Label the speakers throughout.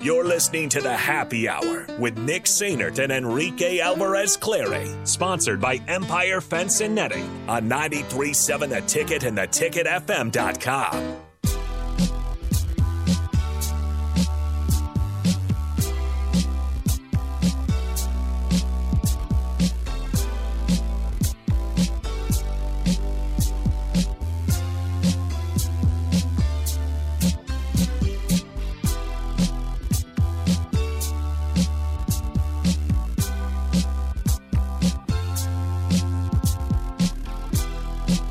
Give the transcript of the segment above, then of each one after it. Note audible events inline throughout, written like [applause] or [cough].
Speaker 1: You're listening to The Happy Hour with Nick Sainert and Enrique Alvarez Clary, sponsored by Empire Fence and Netting on 937 The Ticket and theticketfm.com.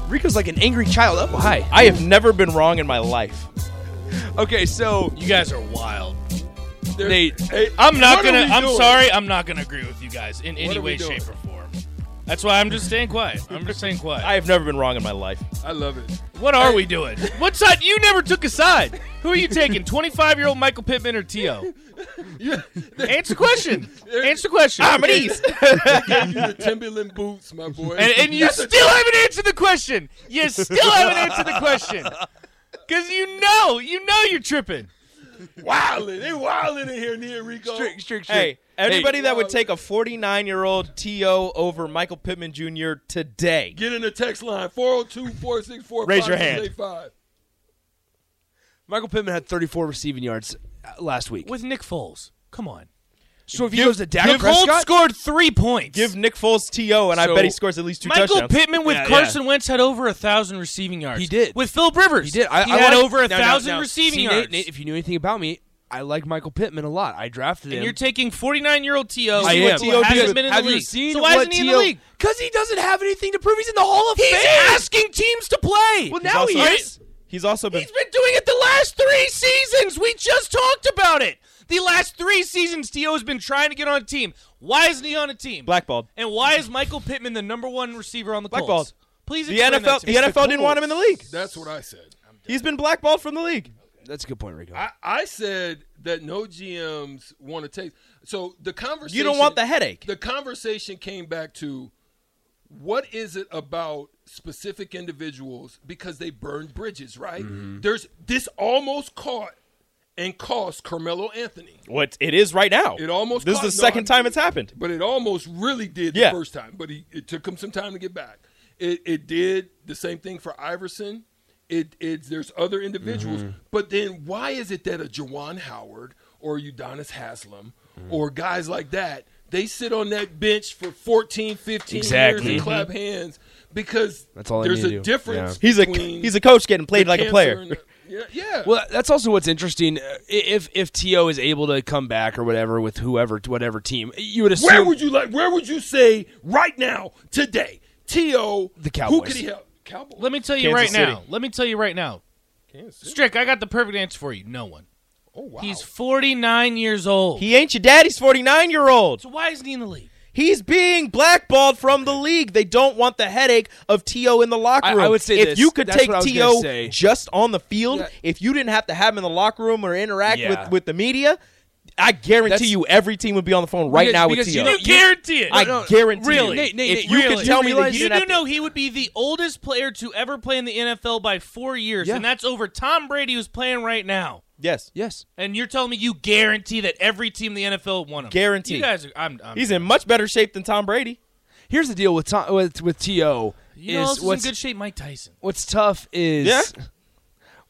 Speaker 2: Rico's like an angry child. Oh, hi. I have never been wrong in my life. Okay, so
Speaker 3: You guys are wild.
Speaker 2: they.
Speaker 3: I'm not
Speaker 2: what are
Speaker 3: gonna.
Speaker 2: we
Speaker 3: I'm
Speaker 2: doing?
Speaker 3: sorry. I'm not gonna agree with you guys in any
Speaker 4: are we
Speaker 3: way,
Speaker 4: doing?
Speaker 3: shape, or form. That's why I'm just staying quiet. I'm just staying quiet.
Speaker 2: I have never been wrong in my life.
Speaker 4: I love it.
Speaker 3: what are we doing? What side? You never [laughs] took a side. Who
Speaker 2: [laughs]
Speaker 3: are you taking? 25 year old Michael Pittman or T.O.? Answer the question. Answer the question.
Speaker 2: I'm at ease.
Speaker 3: [laughs]
Speaker 4: Gave you the Timberland boots, my boy.
Speaker 3: And, and you still haven't answered the question. You still haven't answered
Speaker 2: [laughs]
Speaker 3: the question. Because you know, you know you're tripping.
Speaker 4: wildin'. They wildin' in here near Rico.
Speaker 2: Hey, anybody that
Speaker 4: uh,
Speaker 2: would take a 49 year old T.O. over Michael Pittman Jr. today.
Speaker 4: Get in the text line 402-464-5685.
Speaker 2: Raise your hand. Michael Pittman had 34 receiving yards uh, last week.
Speaker 3: With Nick Foles. Come on.
Speaker 2: so if he goes to Dak
Speaker 3: Nick Foles
Speaker 2: Prescott,
Speaker 3: scored three points.
Speaker 2: give Nick Foles T.O., and I
Speaker 4: So,
Speaker 2: bet he scores at least two
Speaker 3: Michael
Speaker 2: touchdowns.
Speaker 3: Pittman with
Speaker 2: Yeah, yeah.
Speaker 3: Carson Wentz had over a thousand receiving yards.
Speaker 5: He did.
Speaker 3: with Phil Rivers.
Speaker 5: He did. I,
Speaker 3: he
Speaker 5: I
Speaker 3: had
Speaker 5: like-
Speaker 3: over a
Speaker 5: now, now,
Speaker 3: thousand
Speaker 5: now,
Speaker 3: receiving
Speaker 5: see, Nate,
Speaker 3: yards.
Speaker 5: Nate, if you knew anything about me, I like Michael Pittman a lot. I drafted him.
Speaker 3: and you're taking 49 year old To.
Speaker 5: I
Speaker 3: who
Speaker 5: am.
Speaker 3: T.O.
Speaker 5: Have you-
Speaker 3: hasn't been in the
Speaker 5: have
Speaker 3: league.
Speaker 5: you seen
Speaker 3: so why
Speaker 5: what
Speaker 3: isn't he in the league?
Speaker 5: Because he doesn't have anything to prove. He's in the Hall of
Speaker 3: He's
Speaker 5: Fame.
Speaker 3: asking teams to play.
Speaker 5: Well,
Speaker 2: He's
Speaker 5: now he
Speaker 2: also-
Speaker 5: is.
Speaker 2: He's also been
Speaker 3: He's been doing it the last three seasons. We just talked about it. The last three seasons, To has been trying to get on a team. Why isn't he on a team?
Speaker 2: blackballed.
Speaker 3: And why is Michael Pittman the number one receiver on the
Speaker 2: Blackballed.
Speaker 3: Colts? Please
Speaker 2: The
Speaker 3: explain that
Speaker 2: NFL,
Speaker 3: to
Speaker 2: the
Speaker 3: me.
Speaker 2: NFL didn't want him in the league.
Speaker 4: That's what I said.
Speaker 2: He's been blackballed from the league.
Speaker 5: That's a good point, Rico.
Speaker 4: I, I said that no GMs want to take. So the conversation.
Speaker 2: You don't want the headache.
Speaker 4: The conversation came back to what is it about specific individuals because they burned bridges, right?
Speaker 2: Mm-hmm.
Speaker 4: There's this almost caught and cost Carmelo Anthony,
Speaker 2: What it is right now.
Speaker 4: It almost
Speaker 2: This is
Speaker 4: caught-
Speaker 2: the
Speaker 4: no,
Speaker 2: second
Speaker 4: I-
Speaker 2: time it's happened.
Speaker 4: but it almost really did the
Speaker 2: Yeah.
Speaker 4: first time. But he, it took him some time to get back. It, it did the same thing for Iverson. It, it's there's other individuals,
Speaker 5: Mm-hmm.
Speaker 4: but then why is it that a Jawan Howard or Udonis Haslam
Speaker 5: Mm.
Speaker 4: or guys like that they sit on that bench for 14, 15 years
Speaker 5: Exactly. Mm-hmm.
Speaker 4: and clap hands because
Speaker 5: That's all they
Speaker 4: there's
Speaker 5: need
Speaker 4: a
Speaker 5: to do.
Speaker 4: difference.
Speaker 2: He's a
Speaker 4: between
Speaker 2: he's a coach getting played
Speaker 4: the
Speaker 2: like a
Speaker 4: cancer
Speaker 2: player.
Speaker 4: and the- [laughs] yeah, yeah.
Speaker 5: Well, that's also what's interesting. Uh, i- If if To is able to come back or whatever with whoever, whatever team, you would assume.
Speaker 4: Where would you like? Where would you say right now, today, To
Speaker 5: The
Speaker 4: Who
Speaker 5: Cowboys.
Speaker 4: could he help? Cowboys.
Speaker 3: Let me tell you right
Speaker 2: Kansas City.
Speaker 3: now. Let me tell you right now.
Speaker 4: Kansas City.
Speaker 3: Strick, I got the perfect answer for you. No one.
Speaker 4: Oh wow.
Speaker 3: He's 49 years old.
Speaker 2: He ain't your daddy's 49 year old.
Speaker 3: so why isn't he in the league?
Speaker 2: He's being blackballed from the league. They don't want the headache of T.O. in the locker
Speaker 5: I- I
Speaker 2: room.
Speaker 5: would say
Speaker 2: if
Speaker 5: this.
Speaker 2: you could
Speaker 5: That's
Speaker 2: take
Speaker 5: what I was gonna
Speaker 2: T.O.
Speaker 5: say.
Speaker 2: just on the field,
Speaker 4: Yeah.
Speaker 2: if you didn't have to have him in the locker room or interact
Speaker 5: Yeah.
Speaker 2: with, with the media, I guarantee
Speaker 5: That's-
Speaker 2: you every team would be on the phone right
Speaker 5: Because-
Speaker 2: now with
Speaker 5: because
Speaker 2: T.O.
Speaker 5: you know-
Speaker 3: you guarantee it.
Speaker 2: I guarantee
Speaker 3: really.
Speaker 2: you.
Speaker 5: Nate, Nate,
Speaker 2: if
Speaker 5: Nate,
Speaker 2: you
Speaker 3: really.
Speaker 2: could
Speaker 5: You
Speaker 2: tell me that
Speaker 5: realize-
Speaker 2: he
Speaker 3: You
Speaker 2: didn't
Speaker 3: do
Speaker 2: have to-
Speaker 3: know he would be the oldest player to ever play in the NFL by four years,
Speaker 5: Yeah.
Speaker 3: and that's over Tom Brady, who's playing right now.
Speaker 2: yes,
Speaker 5: Yes.
Speaker 3: And you're telling me you guarantee that every team in the NFL won him?
Speaker 2: Guarantee.
Speaker 3: You guys, are, I'm, I'm
Speaker 2: he's in much better shape than Tom Brady.
Speaker 5: Here's the deal with Tom, with with To
Speaker 3: You know,
Speaker 5: is
Speaker 3: this is in
Speaker 5: what's
Speaker 3: good shape, Mike Tyson.
Speaker 5: what's tough is
Speaker 2: Yeah.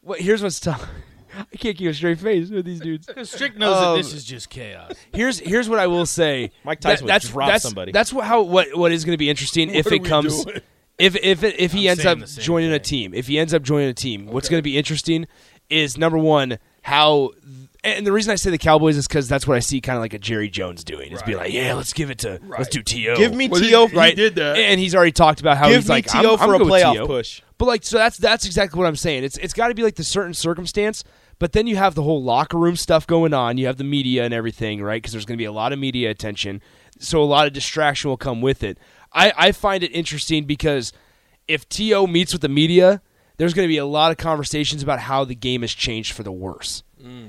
Speaker 5: What here's what's tough. [laughs] I can't keep a straight face with these
Speaker 4: [laughs]
Speaker 5: dudes.
Speaker 3: Because Strick knows
Speaker 5: Um,
Speaker 3: that this is just chaos.
Speaker 5: Here's here's what I will say.
Speaker 2: Mike Tyson would
Speaker 5: that's
Speaker 2: drop
Speaker 5: that's,
Speaker 2: somebody.
Speaker 5: That's what how what what is going to be interesting if
Speaker 4: What are
Speaker 5: it
Speaker 4: we
Speaker 5: comes.
Speaker 4: doing?
Speaker 5: [laughs] If if it, if he
Speaker 3: I'm
Speaker 5: ends
Speaker 3: saying
Speaker 5: up
Speaker 3: the same
Speaker 5: joining a
Speaker 3: thing.
Speaker 5: team, if he ends up joining a team, what's going to be interesting is number one how. And the reason I say the Cowboys is because that's what I see kind of like a Jerry Jones doing. Is be like, yeah, let's give it to let's
Speaker 4: Right.
Speaker 5: do To.
Speaker 2: Give me
Speaker 4: Well, he-
Speaker 2: T.O.
Speaker 4: he
Speaker 2: right.
Speaker 4: did that.
Speaker 5: And he's already talked about how
Speaker 2: Give
Speaker 5: he's
Speaker 2: me
Speaker 5: like
Speaker 2: T.O.
Speaker 5: I'm- I'm
Speaker 2: for a
Speaker 5: good with
Speaker 2: playoff
Speaker 5: T.O..
Speaker 2: push.
Speaker 5: But like, so that's that's exactly what I'm saying. It's it's got to be like the certain circumstance. But then you have the whole locker room stuff going on. You have the media and everything, right? Because there's going to be a lot of media attention, so a lot of distraction will come with it. I I find it interesting because if To meets with the media, there's going to be a lot of conversations about how the game has changed for the worse.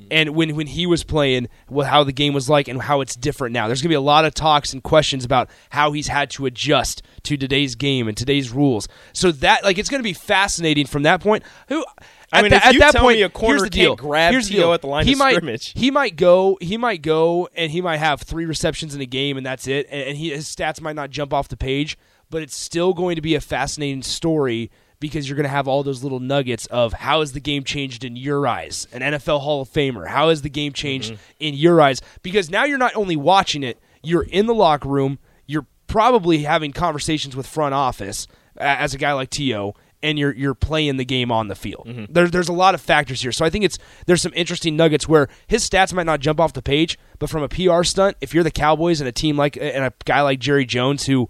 Speaker 5: And when, when he was playing, well, how the game was like and how it's different now. There's going to be a lot of talks and questions about how he's had to adjust to today's game and today's rules. So that like it's going to be fascinating from that point. Who
Speaker 2: I mean,
Speaker 5: at,
Speaker 2: if
Speaker 5: the, at
Speaker 2: you
Speaker 5: that
Speaker 2: tell
Speaker 5: point,
Speaker 2: me a corner
Speaker 5: here's the
Speaker 2: can't
Speaker 5: deal.
Speaker 2: grab
Speaker 5: here's the
Speaker 2: T.O.
Speaker 5: deal.
Speaker 2: at the line
Speaker 5: he
Speaker 2: of
Speaker 5: might,
Speaker 2: scrimmage.
Speaker 5: He might go. He might go, and he might have three receptions in a game, and that's it. And, and he, his stats might not jump off the page, but it's still going to be a fascinating story because you're going to have all those little nuggets of how has the game changed in your eyes, an NFL Hall of Famer. How has the game changed in your eyes? Because now you're not only watching it, you're in the locker room, you're probably having conversations with front office a- as a guy like T.O. and you're you're playing the game on the field. There's there's a lot of factors here. So I think it's there's some interesting nuggets where his stats might not jump off the page, but from a PR stunt, if you're the Cowboys and a team like and a guy like Jerry Jones who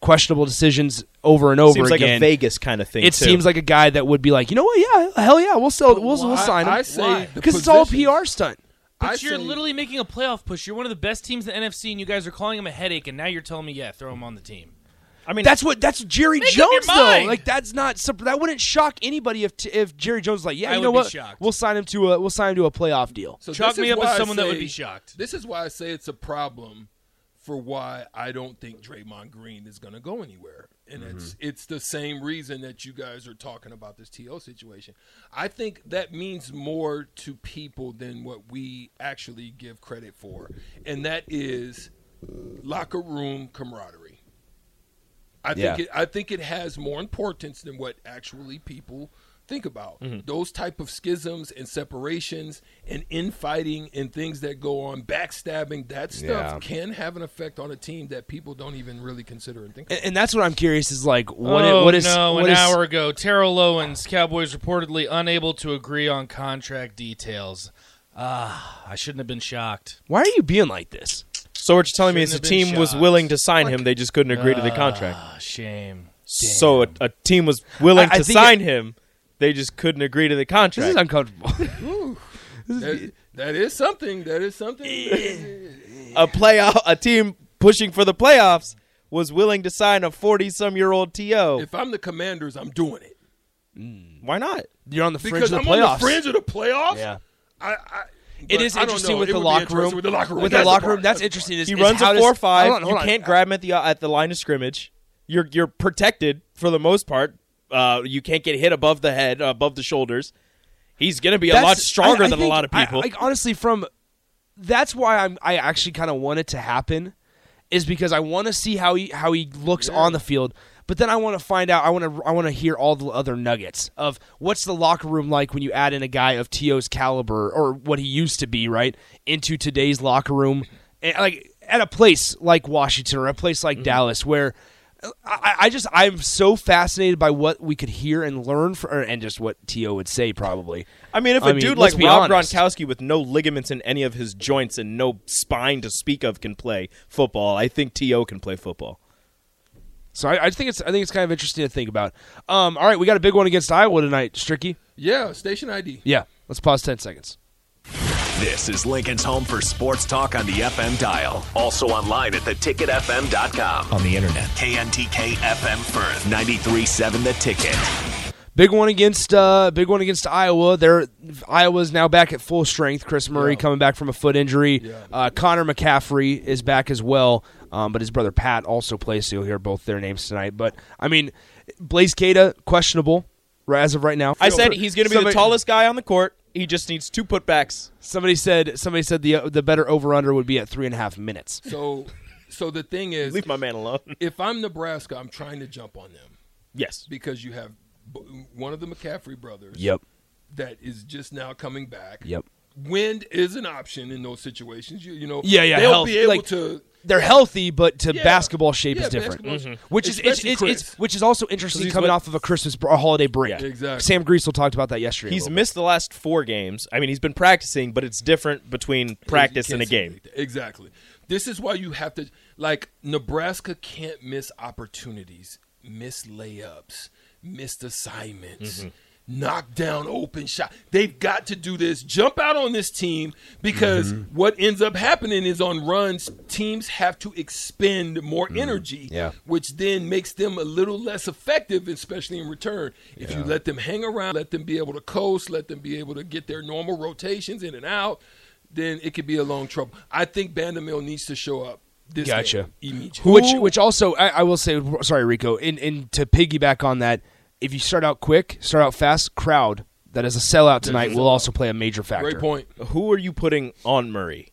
Speaker 5: questionable decisions over and over
Speaker 2: seems like
Speaker 5: again.
Speaker 2: a Vegas kind of thing.
Speaker 5: it
Speaker 2: too.
Speaker 5: seems like a guy that would be like, you know what? Yeah, hell yeah, we'll sell. We'll, we'll
Speaker 4: why-
Speaker 5: sign him.
Speaker 4: I say the
Speaker 5: because it's all a
Speaker 4: positions-
Speaker 5: PR stunt.
Speaker 4: I
Speaker 3: But you're
Speaker 4: say-
Speaker 3: literally making a playoff push. You're one of the best teams in the NFC, and you guys are calling him a headache. And now you're telling me, yeah, throw him on the team.
Speaker 2: I mean,
Speaker 5: That's what that's Jerry
Speaker 3: Make up your
Speaker 5: Jones though.
Speaker 3: mind.
Speaker 5: Like that's not sup- that wouldn't shock anybody if t- if Jerry Jones was like yeah
Speaker 3: I
Speaker 5: you know
Speaker 3: would be
Speaker 5: what
Speaker 3: shocked.
Speaker 5: we'll sign him to a we'll sign him to a playoff deal.
Speaker 4: So
Speaker 3: Chalk
Speaker 4: this is
Speaker 3: me up
Speaker 4: why
Speaker 3: as
Speaker 4: I
Speaker 3: someone that would
Speaker 4: say-
Speaker 3: be shocked.
Speaker 4: This is why I say it's a problem for why I don't think Draymond Green is going to go anywhere. And it's it's the same reason that you guys are talking about this TO situation. I think that means more to people than what we actually give credit for. And that is locker room camaraderie. I think
Speaker 2: Yeah.
Speaker 4: it, I think it has more importance than what actually people think about.
Speaker 5: Mm-hmm.
Speaker 4: Those type of schisms and separations and infighting and things that go on, backstabbing, that stuff
Speaker 2: Yeah.
Speaker 4: can have an effect on a team that people don't even really consider and think.
Speaker 5: And, and that's what I'm curious is like what i-
Speaker 3: oh,
Speaker 5: what is
Speaker 3: no,
Speaker 5: what
Speaker 3: an
Speaker 5: is-
Speaker 3: hour ago, Terrell Owens, Cowboys reportedly unable to agree on contract details. Ah, I shouldn't have been shocked.
Speaker 5: why are you being like this?
Speaker 2: so what you're telling me is the
Speaker 3: Shouldn't have been
Speaker 2: team was
Speaker 3: shocked.
Speaker 2: willing to sign him, they just couldn't agree to the contract.
Speaker 3: Ah, shame.
Speaker 2: So a, a team was willing
Speaker 5: I- I
Speaker 2: to
Speaker 5: think
Speaker 2: sign him, they just couldn't agree to the
Speaker 5: This
Speaker 2: contract.
Speaker 5: is uncomfortable.
Speaker 4: That, that is something. That is something.
Speaker 2: a playoff, a team pushing for the playoffs was willing to sign a 40 some year old TO.
Speaker 4: if I'm the commanders, I'm doing it.
Speaker 2: Why not?
Speaker 5: You're on the fringe
Speaker 4: Because
Speaker 5: of
Speaker 4: I'm
Speaker 5: the playoffs.
Speaker 4: on the fringe of the playoffs.
Speaker 5: Yeah.
Speaker 4: I, I,
Speaker 5: it
Speaker 4: but
Speaker 5: is
Speaker 4: I don't
Speaker 5: interesting
Speaker 4: know.
Speaker 5: with
Speaker 4: It
Speaker 5: the
Speaker 4: would be
Speaker 5: locker
Speaker 4: interesting
Speaker 5: room.
Speaker 4: With the locker room.
Speaker 5: With the
Speaker 4: That's
Speaker 5: locker room,
Speaker 4: part.
Speaker 5: that's
Speaker 4: the part.
Speaker 5: interesting. Is,
Speaker 2: He
Speaker 5: is
Speaker 2: runs
Speaker 5: how
Speaker 2: a
Speaker 5: does-
Speaker 2: four five.
Speaker 5: Hold on, hold
Speaker 2: you
Speaker 5: on.
Speaker 2: can't grab him at the uh, at the line of scrimmage. You're you're protected for the most part. Uh, you can't get hit above the head, above the shoulders. He's gonna be a lot
Speaker 5: That's-
Speaker 2: stronger
Speaker 5: I- I
Speaker 2: than
Speaker 5: think-
Speaker 2: a lot of
Speaker 5: I-
Speaker 2: people.
Speaker 5: like honestly, from that's why I'm I actually kind of want it to happen, is because I want to see how he how he looks on the field. But then I want to find out. I want to. I want to hear all the other nuggets of what's the locker room like when you add in a guy of To's caliber or what he used to be, right, into today's locker room, and like at a place like Washington or a place
Speaker 2: Mm-hmm.
Speaker 5: like Dallas, where I, I just I'm so fascinated by what we could hear and learn, for, or, and just what To would say probably.
Speaker 2: I mean, if a
Speaker 5: I mean,
Speaker 2: dude
Speaker 5: let's
Speaker 2: like
Speaker 5: be
Speaker 2: Rob
Speaker 5: honest.
Speaker 2: Gronkowski with no ligaments in any of his joints and no spine to speak of can play football, I think To can play football.
Speaker 5: So I, I think it's I think it's kind of interesting to think about. Um, all right, we got a big one against Iowa tonight, Stricky.
Speaker 4: Yeah, station ID.
Speaker 5: Yeah, let's pause ten seconds.
Speaker 1: This is Lincoln's home for sports talk on the FM dial. Also online at theticketfm.com. On the internet. KNTK FM Firth, 93.7 The Ticket.
Speaker 5: Big one against uh, big one against Iowa. They're Iowa's now back at full strength. Chris Murray coming back from a foot injury. Uh, Connor McCaffrey is back as well, um, but his brother Pat also plays. So you'll hear both their names tonight. But I mean, Blaze Cada questionable right- as of right now.
Speaker 2: I said he's going to be
Speaker 5: Somebody-
Speaker 2: the tallest guy on the court. He just needs two putbacks.
Speaker 5: Somebody said somebody said the uh, the better over under would be at three and a half minutes.
Speaker 4: So, so the thing is,
Speaker 2: Leave my man alone.
Speaker 4: if I'm Nebraska, I'm trying to jump on them
Speaker 2: [laughs] yes.
Speaker 4: because you have b- one of the McCaffrey brothers that is just now coming back.
Speaker 5: Yep.
Speaker 4: Wind is an option in those situations. You, you know,
Speaker 5: Yeah, yeah,
Speaker 4: they'll
Speaker 5: health,
Speaker 4: be able
Speaker 5: like-
Speaker 4: to.
Speaker 5: they're healthy, but to
Speaker 4: Yeah.
Speaker 5: basketball shape
Speaker 4: Yeah,
Speaker 5: is different.
Speaker 4: basketball-
Speaker 5: Which is it's,
Speaker 4: especially
Speaker 5: it's, it's
Speaker 4: Chris.
Speaker 5: which is also interesting
Speaker 2: he's
Speaker 5: coming
Speaker 2: what-
Speaker 5: off of a Christmas br- a holiday break.
Speaker 4: Yeah, exactly.
Speaker 5: Sam Greasel talked about that yesterday. a
Speaker 2: He's
Speaker 5: little
Speaker 2: missed the last four games. I mean, he's been practicing, but it's different between practice
Speaker 4: You
Speaker 2: and a
Speaker 4: can't say
Speaker 2: game.
Speaker 4: anything. Exactly. This is why you have to like Nebraska can't miss opportunities, miss layups, missed
Speaker 2: Mm-hmm.
Speaker 4: assignments. Knock down open shot. They've got to do this. Jump out on this team because
Speaker 2: Mm-hmm.
Speaker 4: what ends up happening is on runs, teams have to expend more
Speaker 2: Mm-hmm.
Speaker 4: energy,
Speaker 5: Yeah.
Speaker 4: which then makes them a little less effective, especially in return. If you let them hang around, let them be able to coast, let them be able to get their normal rotations in and out, then it could be a long trouble. I think Bandamil needs to show up. This
Speaker 5: Gotcha.
Speaker 4: game immediately.
Speaker 5: bit. which which also I, I will say sorry Rico. In in to piggyback on that, if you start out quick, start out fast, crowd that as a sellout tonight will also play a major factor.
Speaker 4: Great point.
Speaker 2: Who are you putting on Murray?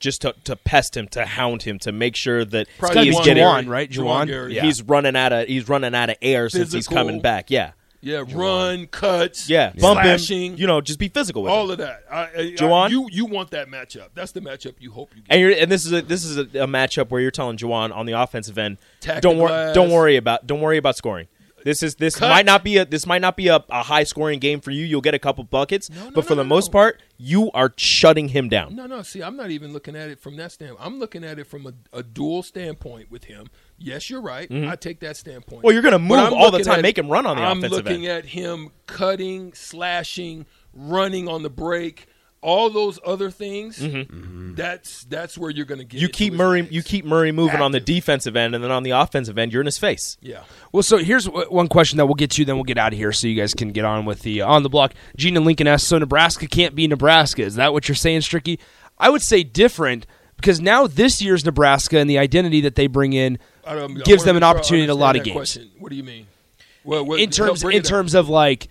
Speaker 2: Just to, to pest him, to hound him, to make sure that
Speaker 4: Probably
Speaker 2: he's
Speaker 4: Juwan
Speaker 2: getting
Speaker 5: Juwan, right? Juwan?
Speaker 4: Gary.
Speaker 2: he's running out of he's running out of air since he's
Speaker 4: Physical.
Speaker 2: coming back. Yeah,
Speaker 4: yeah, run, cuts,
Speaker 2: yeah, bump him.
Speaker 4: slashing,
Speaker 2: You know, just be physical with him.
Speaker 4: all of that. I, I,
Speaker 2: Juwan?
Speaker 4: I, you you want that matchup? That's the matchup you hope you get.
Speaker 2: And you're and this is a this is a, a matchup where you're telling Juwan on the offensive end,
Speaker 4: Attack
Speaker 2: don't
Speaker 4: the
Speaker 2: worry,
Speaker 4: glass.
Speaker 2: don't worry about don't worry about scoring. This is this
Speaker 4: Cut.
Speaker 2: might not be a this might not be a, a high scoring game for you. You'll get a couple buckets,
Speaker 4: no,
Speaker 2: but for
Speaker 4: no,
Speaker 2: the
Speaker 4: no,
Speaker 2: most
Speaker 4: no.
Speaker 2: part, you are shutting him down.
Speaker 4: No, no. See, I'm not even looking at it from that standpoint. I'm looking at it from a, a dual standpoint with him. Yes, you're right. I take that standpoint.
Speaker 2: Mm-hmm. Well, you're gonna
Speaker 4: But
Speaker 2: move
Speaker 4: I'm
Speaker 2: all the
Speaker 4: looking
Speaker 2: time,
Speaker 4: at-
Speaker 2: make him run on the
Speaker 4: I'm
Speaker 2: offensive
Speaker 4: looking at him cutting, slashing, running on the break, all those other things. That's that's where you're going to get.
Speaker 2: Mm-hmm. You
Speaker 4: it to
Speaker 2: keep
Speaker 4: his
Speaker 2: Murray
Speaker 4: legs.
Speaker 2: you keep Murray moving on the defensive end, and then on the offensive end, you're in his face.
Speaker 4: Yeah.
Speaker 5: Well, so here's w- one question that we'll get to, then we'll get out of here, so you guys can get on with the uh, on the block. Gene and Lincoln asks, "So Nebraska can't be Nebraska? Is that what you're saying, Stricky?" I would say different because now this year's Nebraska and the identity that they bring in
Speaker 4: I don't- I
Speaker 5: gives
Speaker 4: wanna
Speaker 5: them an
Speaker 4: make sure I
Speaker 5: opportunity in a lot of
Speaker 4: understand
Speaker 5: games.
Speaker 4: that question. What do you mean? Well, what,
Speaker 5: in terms
Speaker 4: no, bring
Speaker 5: in
Speaker 4: it up.
Speaker 5: terms of like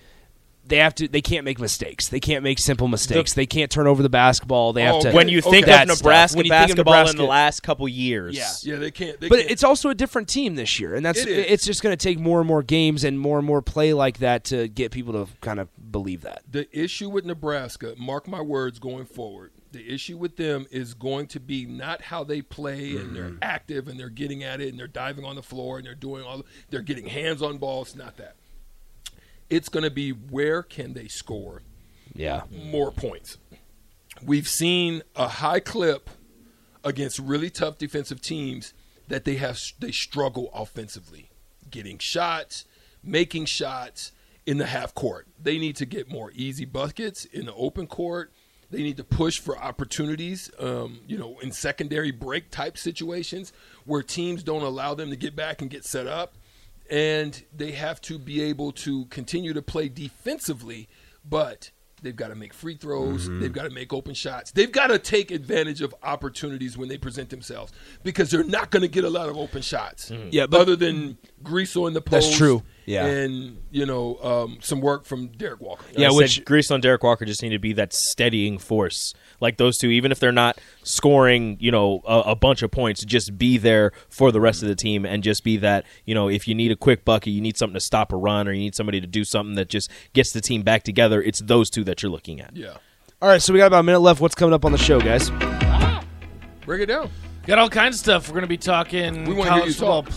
Speaker 5: they have to they can't make mistakes. They can't make simple mistakes. they can't turn over the basketball. They have
Speaker 4: Oh,
Speaker 5: to
Speaker 4: okay. When you think
Speaker 5: That
Speaker 4: of
Speaker 5: stuff. When you think of
Speaker 2: basketball in
Speaker 5: Nebraska-
Speaker 2: the last couple years,
Speaker 5: Yeah.
Speaker 4: Yeah, they can't. They
Speaker 5: but
Speaker 4: can't.
Speaker 5: it's also a different team this year, and that's
Speaker 4: It is.
Speaker 5: it's just going to take more and more games and more and more play like that to get people to kind of believe that.
Speaker 4: the issue with Nebraska, mark my words going forward, the issue with them is going to be not how they play and they're active and they're getting at it and they're diving on the floor and they're doing all they're getting hands on balls, not that. It's going to be where can they score
Speaker 5: Yeah.
Speaker 4: more points. We've seen a high clip against really tough defensive teams that they have they struggle offensively, getting shots, making shots in the half court. They need to get more easy buckets in the open court. They need to push for opportunities, um, you know, in secondary break type situations where teams don't allow them to get back and get set up and they have to be able to continue to play defensively, but they've got to make free throws, they've got to make open shots. They've got to take advantage of opportunities when they present themselves because they're not going to get a lot of open shots.
Speaker 5: Yeah, but-
Speaker 4: other than Grease on the post.
Speaker 5: That's true. Yeah.
Speaker 4: And, you know, um, some work from Derek Walker.
Speaker 5: Yeah,
Speaker 2: I said
Speaker 5: which-
Speaker 2: Grease on Derek Walker just need to be that steadying force, like those two. Even if they're not scoring, you know, a, a bunch of points, just be there for the rest of the team and just be that. You know, if you need a quick bucket, you need something to stop a run, or you need somebody to do something that just gets the team back together. It's those two that you're looking at.
Speaker 4: Yeah.
Speaker 5: All right, so we got about a minute left. What's coming up on the show, guys?
Speaker 4: Break it down.
Speaker 3: Got all kinds of stuff. We're going to be talking
Speaker 4: We wanna hear you
Speaker 3: college football
Speaker 4: talk.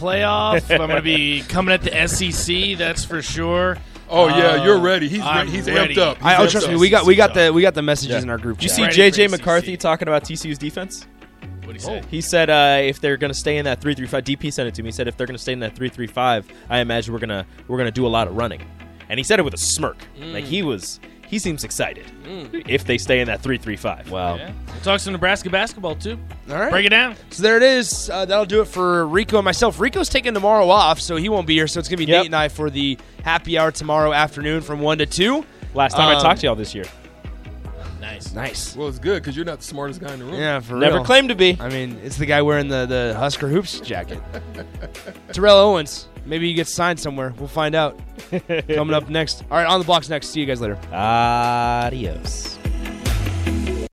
Speaker 4: [laughs]
Speaker 3: playoff. I'm going to be coming at the SEC. That's for sure.
Speaker 4: Oh, yeah,
Speaker 3: Uh,
Speaker 4: you're ready. He's,
Speaker 3: I'm
Speaker 4: re- he's
Speaker 3: ready.
Speaker 4: amped up.
Speaker 5: I, oh,
Speaker 4: He's
Speaker 5: trust
Speaker 4: amped
Speaker 5: me,
Speaker 4: up.
Speaker 5: we got we got the we got the messages in our group.
Speaker 2: Did
Speaker 5: chat.
Speaker 2: you
Speaker 3: Ready
Speaker 2: see JJ
Speaker 3: for ACC.
Speaker 2: McCarthy talking about TCU's defense?
Speaker 3: What do you say?
Speaker 2: He said uh, if they're going to stay in that three three five, DP sent it to me. He said if they're going to stay in that three three five, I imagine we're gonna we're gonna do a lot of running. And he said it with a smirk, like he was he seems excited if they stay in that three three five.
Speaker 5: Wow.
Speaker 3: Yeah. We'll talk some Nebraska basketball too.
Speaker 5: All right.
Speaker 3: Break it down.
Speaker 5: So there it is. Uh, that'll do it for Rico and myself. Rico's taking tomorrow off, so he won't be here. So it's gonna be
Speaker 2: Yep.
Speaker 5: Nate and I for the happy hour tomorrow afternoon from one to two.
Speaker 2: Last time I
Speaker 5: Um,
Speaker 2: talked to y'all this year,
Speaker 3: Nice.
Speaker 5: Nice.
Speaker 4: Well, it's good because you're not the smartest guy in the room.
Speaker 5: Yeah, for
Speaker 2: never
Speaker 5: real.
Speaker 2: claimed to be.
Speaker 5: I mean, it's the guy wearing the, the Husker hoops jacket. [laughs] Terrell Owens. Maybe he gets signed somewhere. We'll find out. Coming up next. All right, on the blocks next. See you guys later.
Speaker 2: Adios.